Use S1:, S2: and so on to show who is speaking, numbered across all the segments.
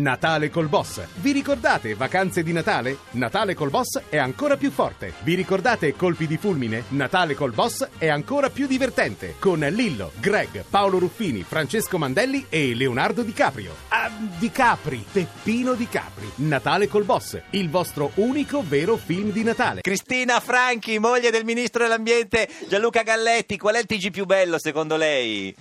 S1: Natale col boss. Vi ricordate vacanze di Natale? Natale col boss è ancora più forte. Vi ricordate colpi di fulmine? Natale col boss è ancora più divertente. Con Lillo, Greg, Paolo Ruffini, Francesco Mandelli e Leonardo Di Caprio. Ah, Di Capri, Peppino Di Capri. Natale col boss, il vostro unico vero film di Natale.
S2: Cristina Franchi, moglie del ministro dell'ambiente Gianluca Galletti, qual è il TG più bello secondo lei?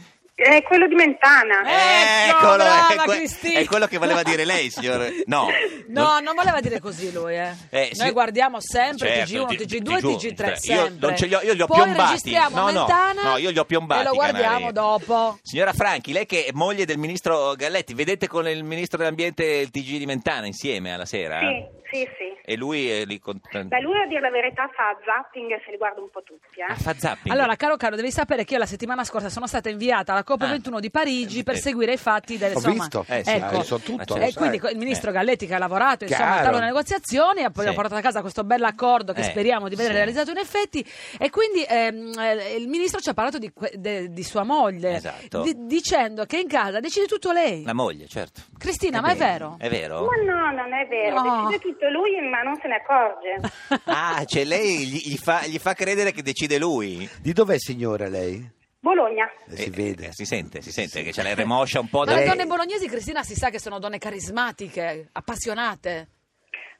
S3: È quello di Mentana.
S2: Eh.
S4: Ecco, brava
S2: è,
S4: Cristina.
S2: è quello che voleva dire lei, signor. No,
S4: No, non voleva dire così lui, eh.
S2: Eh,
S4: Noi
S2: sì.
S4: guardiamo sempre
S2: Certo,
S4: TG1,
S2: ti- ti
S4: TG2,
S2: giuro,
S4: TG3,
S2: cioè, io
S4: sempre.
S2: non ce li ho- io li ho
S4: Poi
S2: piombati.
S4: registriamo
S2: No, no,
S4: Mentana
S2: no, io li ho piombati
S4: E lo guardiamo
S2: i canali.
S4: dopo.
S2: Signora Franchi, lei che è moglie del ministro Galletti, vedete con il ministro dell'ambiente il TG di Mentana insieme alla sera?
S3: Sì, sì, sì.
S2: E lui è lì con...
S3: Beh, lui a dire la verità fa zapping e se li guarda un po' tutti,
S2: Ah,
S3: eh.
S2: fa zapping.
S4: Allora, caro Caro, devi sapere che io la settimana scorsa sono stata inviata alla
S2: Ah.
S4: COP21 di Parigi per
S2: Eh.
S4: seguire i fatti del
S5: Ho
S4: insomma,
S5: visto.
S2: Eh, sì,
S4: ecco.
S2: eh, so tutto,
S4: E
S2: lo sai.
S4: quindi co- il ministro
S2: Eh.
S4: Galletti che ha lavorato insomma al
S5: Chiaro.
S4: tavolo delle negoziazioni ha poi
S2: Sì.
S4: ha portato a casa questo bell'accordo che
S2: Eh,
S4: speriamo di vedere
S2: sì.
S4: realizzato in effetti e quindi ehm, eh, il ministro ci ha parlato di, que- de- di sua moglie
S2: Esatto.
S4: di- dicendo che in casa decide tutto lei.
S2: La moglie, certo.
S4: Cristina,
S2: Eh
S4: ma è
S2: beh,
S4: vero?
S2: È vero?
S3: Ma no, non è vero.
S4: No.
S3: Decide tutto lui, ma non se ne accorge.
S2: Ah, cioè lei gli, gli fa, gli fa credere che decide lui.
S5: Di dov'è signora lei?
S3: Bologna.
S5: Eh, si
S2: Eh,
S5: vede.
S2: eh, si sente, si sente che c'è la remoscia un po'
S4: Ma
S2: da...
S4: le
S5: Lei-
S4: donne bolognesi, Cristina, si sa che sono donne carismatiche, appassionate.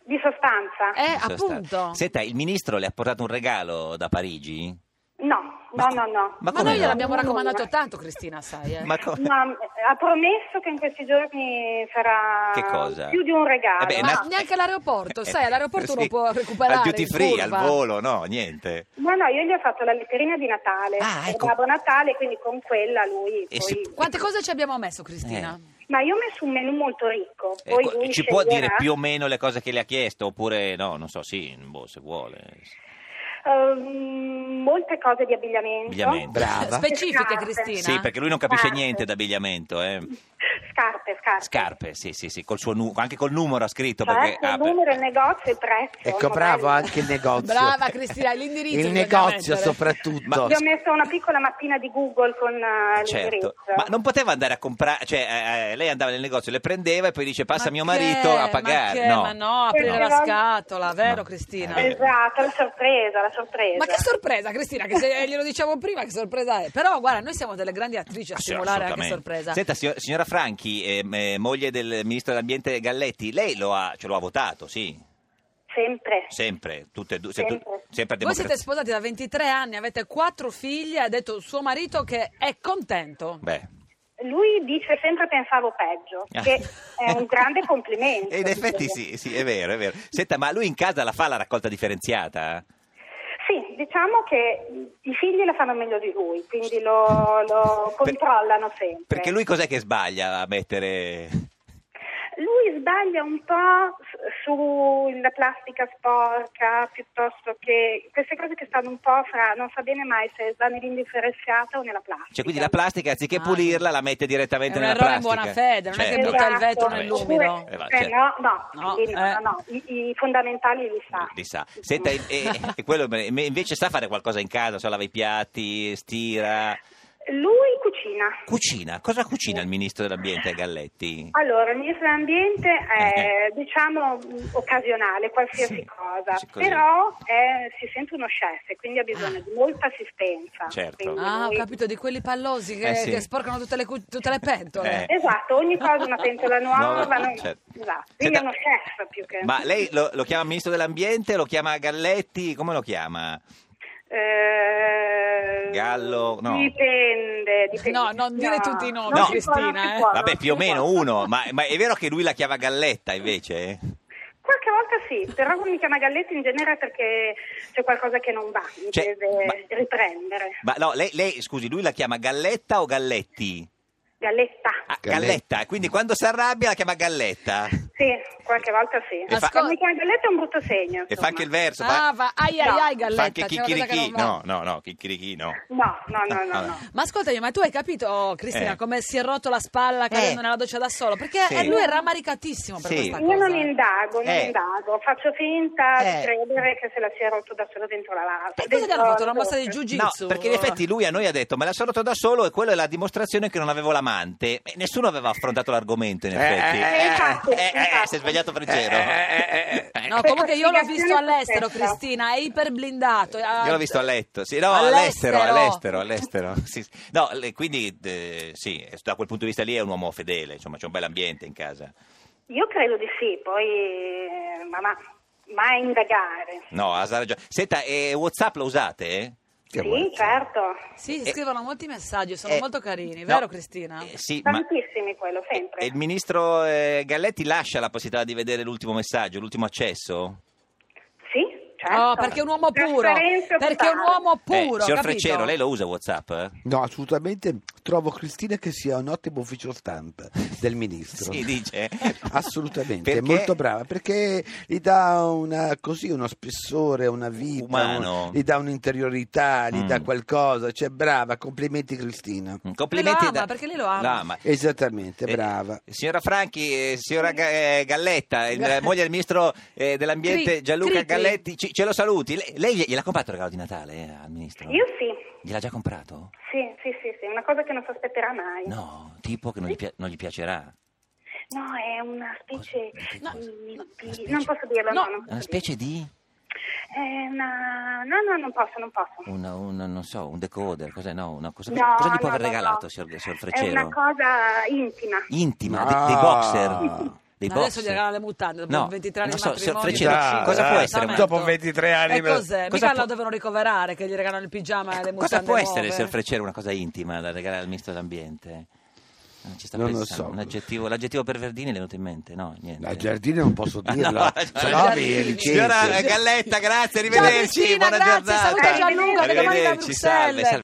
S3: Di sostanza.
S4: Eh,
S2: Lascia stare.
S4: appunto.
S2: Senta, il ministro le ha portato un regalo da Parigi?
S3: No, no, no, no.
S2: Ma
S4: Ma
S2: come
S4: noi
S2: no?
S4: gliel'abbiamo raccomandato
S3: tanto.
S4: tanto, Cristina, sai. eh.
S2: Ma come?
S3: Ma ha promesso che in questi giorni sarà
S2: Che cosa? Eh
S3: più di un regalo.
S2: Vabbè,
S4: Ma
S2: na-
S4: neanche all'aeroporto, sai, all'aeroporto uno può recuperare
S2: Eh, Al duty
S4: in
S2: free, al
S4: curva.
S2: volo, no, niente.
S3: No, no, io gli ho fatto la letterina di Natale,
S2: Ah,
S3: per
S2: ecco.
S3: Babbo Natale, quindi con quella lui
S2: E
S3: poi...
S2: si-
S4: Quante cose ci abbiamo messo, Cristina?
S3: Ma io ho messo un menù molto ricco,
S2: Eh,
S3: poi
S2: co-
S3: lui
S2: ci può
S3: sceglierà.
S2: dire più o meno le cose che le ha chiesto? Oppure no, non so, sì, boh, se vuole.
S3: Ehm, molte cose di abbigliamento.
S2: Abbigliamento.
S5: Brava.
S4: Specifiche,
S3: Scarpe.
S4: Cristina?
S2: Sì, perché lui non capisce
S3: Scarpe.
S2: niente d'abbigliamento, eh.
S3: Scarpe, scarpe.
S2: Scarpe, sì, sì, sì, col suo nu- anche col numero ha scritto
S3: Certo,
S2: perché... ah,
S3: il
S2: per-
S3: numero, il negozio, e il prezzo.
S5: Ecco,
S3: ma
S5: bravo
S3: bello.
S5: anche il negozio.
S4: Brava, Cristina, l'indirizzo
S5: Il
S4: bisogna
S5: negozio
S4: mettere.
S5: soprattutto.
S2: Ma-
S3: Gli ho messo una piccola mappina di Google con eh, l'indirizzo.
S2: Certo, ma non poteva andare a comprare, cioè eh, eh, lei andava nel negozio, le prendeva e poi dice passa
S4: Ma
S2: mio
S4: che?
S2: marito a
S4: Ma,
S2: pagare.
S4: che? Ma no,
S3: No.
S4: aprire la scatola, vero
S2: No.
S4: Cristina?
S2: Eh,
S3: Esatto, la sorpresa, la sorpresa.
S4: Ma che sorpresa, Cristina, che se glielo diciamo prima, che sorpresa è. Però guarda, noi siamo delle grandi attrici a
S2: Ah, sì,
S4: simulare anche
S2: assolutamente.
S4: sorpresa.
S2: Senta, signor- signora Franchi, ehm, eh, moglie del ministro dell'ambiente Galletti, lei lo ha, ce lo ha votato, sì,
S3: Sempre.
S2: sempre, tutte e due, se tu-
S3: Sempre.
S2: sempre a
S4: Voi siete
S2: democrazia.
S4: sposati da 23 anni, avete quattro figli, ha detto suo marito che è contento.
S2: Beh.
S3: Lui dice sempre pensavo peggio, che è un grande complimento.
S2: E Ah. in effetti sì, sì, è vero, è vero. Senta, ma lui in casa la fa la raccolta differenziata?
S3: Sì, diciamo che i figli la fanno meglio di lui, quindi lo, lo
S2: Per-
S3: controllano sempre.
S2: Perché lui cos'è che sbaglia a mettere...
S3: Lui sbaglia un po' s- sulla plastica sporca, piuttosto che queste cose che stanno un po' fra, non sa bene mai se sta nell'indifferenziata o nella plastica.
S2: Cioè, quindi la plastica, anziché
S4: Ah.
S2: pulirla, la mette direttamente
S4: È un
S2: nella
S4: errore in
S2: plastica.
S4: buona fede, non è che
S2: Certo.
S4: butta il
S3: Esatto.
S4: vetro
S2: Vabbè,
S4: nell'umido.
S2: Eh, va,
S3: Eh,
S2: certo.
S3: no, no,
S4: No,
S3: quindi no,
S4: eh.
S3: no, i, i fondamentali li sa.
S2: Li sa. Senta, e, e- e quello me- me- invece sa fare qualcosa in casa, so, lava i piatti, stira,
S3: Lui cucina.
S2: cucina. Cosa cucina il ministro dell'ambiente Galletti?
S3: Allora, il ministro dell'ambiente è, diciamo, mh, occasionale, qualsiasi
S2: Eh, Sì,
S3: cosa,
S2: sì, così.
S3: però è- si sente uno chef, quindi ha bisogno di molta assistenza.
S2: Certo.
S3: Quindi
S4: Ah, ho
S3: lui-
S4: capito, di quelli pallosi che,
S2: Eh, sì.
S4: che sporcano tutte le, cu- tutte le pentole.
S2: Eh.
S3: Esatto, ogni cosa una pentola nuova,
S2: Nuova,
S3: no?
S2: certo.
S3: esatto. quindi
S2: Senta-
S3: è uno chef più che...
S2: Ma lei lo, lo chiama ministro dell'ambiente, lo chiama Galletti, come lo chiama?
S3: Eh,
S2: Gallo, no.
S3: Dipende, dipende.
S4: No, non dire tutti i nomi,
S3: Non
S2: No.
S3: si può, non si
S4: Cristina, eh.
S3: può,
S2: Vabbè,
S3: non
S2: più o
S3: si può.
S2: meno uno, ma, ma è vero che lui la chiama Galletta invece?
S3: Qualche volta sì, però quando mi chiama Galletti in genere è perché c'è qualcosa che non va, mi
S2: Cioè,
S3: deve
S2: ma-
S3: riprendere.
S2: Ma no, lei, lei, scusi, lui la chiama Galletta o Galletti?
S3: Galletta.
S2: Ah,
S5: Galletta.
S2: Galletta, quindi quando si arrabbia la chiama Galletta.
S3: Sì, qualche volta sì.
S2: E fa-
S3: La comunità Galletta è un brutto segno.
S2: E
S3: insomma.
S2: fa anche il verso, fa,
S4: Ah, va, ai ai
S3: No.
S4: ai
S2: fa
S4: galletta.
S2: anche
S4: c'è una cosa che
S2: chicchirichì.
S4: non va.
S2: No, no, no, chicchirichì no.
S3: No, no, no, no,
S2: Ah,
S3: no.
S4: Ma ascoltami, ma tu hai capito, oh, Cristina,
S2: Eh.
S4: come si è rotto la spalla cadendo
S2: Eh.
S4: nella doccia da solo? Perché
S2: Sì.
S4: eh, lui è rammaricatissimo per
S2: Sì.
S4: questa cosa.
S3: Io non indago, non
S2: Eh.
S3: indago, faccio finta
S2: Eh.
S3: di credere che se la sia rotto da solo dentro la lata.
S4: E cosa gli hanno fatto? Una mossa di
S2: No,
S4: jiu-jitsu?
S2: perché in effetti lui a noi ha detto, me la sono rotto da solo e quella è la dimostrazione che non avevo l'amante. E nessuno aveva affrontato l'argomento, in
S5: Eh,
S2: effetti.
S5: eh,
S3: infatti,
S4: Esatto,
S2: Eh, eh,
S3: infatti.
S2: si è svegliato per
S5: Eh, eh, eh, eh.
S4: No, comunque io l'ho
S3: Questa
S4: visto
S3: spiegazione
S4: all'estero,
S3: è
S4: Cristina, è iperblindato. eh.
S2: Eh, Io l'ho visto a letto, sì, no,
S4: All'estero.
S2: all'estero, all'estero, all'estero. Sì, sì. No, le- quindi eh, sì, da quel punto di vista lì è un uomo fedele, insomma, c'è un bel ambiente in casa.
S3: Io credo di sì, poi eh, ma, ma mai indagare.
S2: No, ha ragione. Senta, e WhatsApp lo usate? eh?
S5: Che
S3: sì,
S5: buono.
S3: certo,
S4: Sì, si
S2: Eh,
S4: scrivono molti messaggi, sono
S2: eh,
S4: molto carini,
S2: no,
S4: vero Cristina?
S2: eh, sì, ma...
S3: tantissimi quello, sempre.
S2: E il ministro eh, Galletti lascia la possibilità di vedere l'ultimo messaggio, l'ultimo accesso?
S3: Sì, certo.
S4: No, Oh, perché è un uomo puro,
S3: Trasparenza
S4: perché è un
S3: totale.
S4: uomo
S2: Eh,
S4: puro,
S2: signor
S4: capito?
S2: Freccero, lei lo usa WhatsApp? eh?
S5: No, assolutamente trovo Cristina che sia un ottimo ufficio stampa del ministro.
S2: Sì, dice.
S5: Assolutamente, è
S2: Perché-
S5: molto brava perché gli dà una- così uno spessore, una vita,
S2: Umano.
S5: un- gli dà un'interiorità, gli
S2: Mm.
S5: dà qualcosa. Cioè, brava, complimenti, Cristina.
S2: Mm, Complimenti.
S4: ama, perché lei lo ama.
S2: l'ama.
S5: Esattamente,
S2: Eh,
S5: brava.
S2: signora Franchi, eh, signora Ga- eh, Galletta, il- la moglie del ministro eh, dell'ambiente
S4: Cri-
S2: Gianluca
S4: Cricri.
S2: Galletti, ci- ce lo saluti. Lei, lei gli- gliel'ha comprato il regalo di Natale eh, al ministro?
S3: Io sì,
S2: Gliel'ha già comprato?
S3: sì, sì, sì, sì, una cosa che non si aspetterà mai.
S2: No, tipo che non gli, pia- non gli piacerà.
S3: No, è una specie
S2: Cosa? Che
S3: di-
S2: cosa?
S3: di-
S2: Una
S3: di-
S2: specie-
S3: Non posso dirlo, no,
S4: No,
S3: non
S2: È
S3: posso
S2: Una specie di,
S3: dirlo. È una... No, no, non posso, non posso.
S2: un, un- non so, un decoder, cos'è? No, una cosa,
S3: No,
S2: cosa gli può
S3: no,
S2: aver
S3: no,
S2: regalato,
S3: no.
S2: signor, signor
S3: È una
S2: Freccero?
S3: cosa intima.
S2: Intima,
S5: Ah.
S2: dei, dei boxer. Dei
S4: Ma adesso
S2: boxer.
S4: gli regalano le mutande dopo
S2: No,
S4: 23 anni
S2: non
S4: di
S2: so, signor
S4: matrimonio.
S2: Freccero,
S4: Esatto.
S5: Dai,
S2: cosa
S5: dai,
S2: può essere? una-
S5: dopo 23 anni
S4: E
S5: me lo-
S4: cos'è?
S2: Cosa
S4: Mica
S2: può-
S4: la devono ricoverare che gli regalano il pigiama e le mutande
S2: Cosa può essere,
S4: nuove?
S2: signor Freccero, una cosa intima da regalare al ministro dell'ambiente? Non ci sta
S5: Non lo
S2: pensando.
S5: so.
S2: Un aggettivo, l'aggettivo per Verdini le è venuto in mente? No, niente. Ah,
S5: La giardina non posso dirlo,
S2: No,
S5: sennò
S4: Giardini.
S5: mi richiede.
S2: Signora Galletta, grazie, arrivederci,
S4: Cristina,
S2: buona
S4: grazie,
S2: giornata.
S4: saluta
S3: Gianluca, che domani va a
S2: Arrivederci, salve,
S4: Bruxelles.
S2: salve.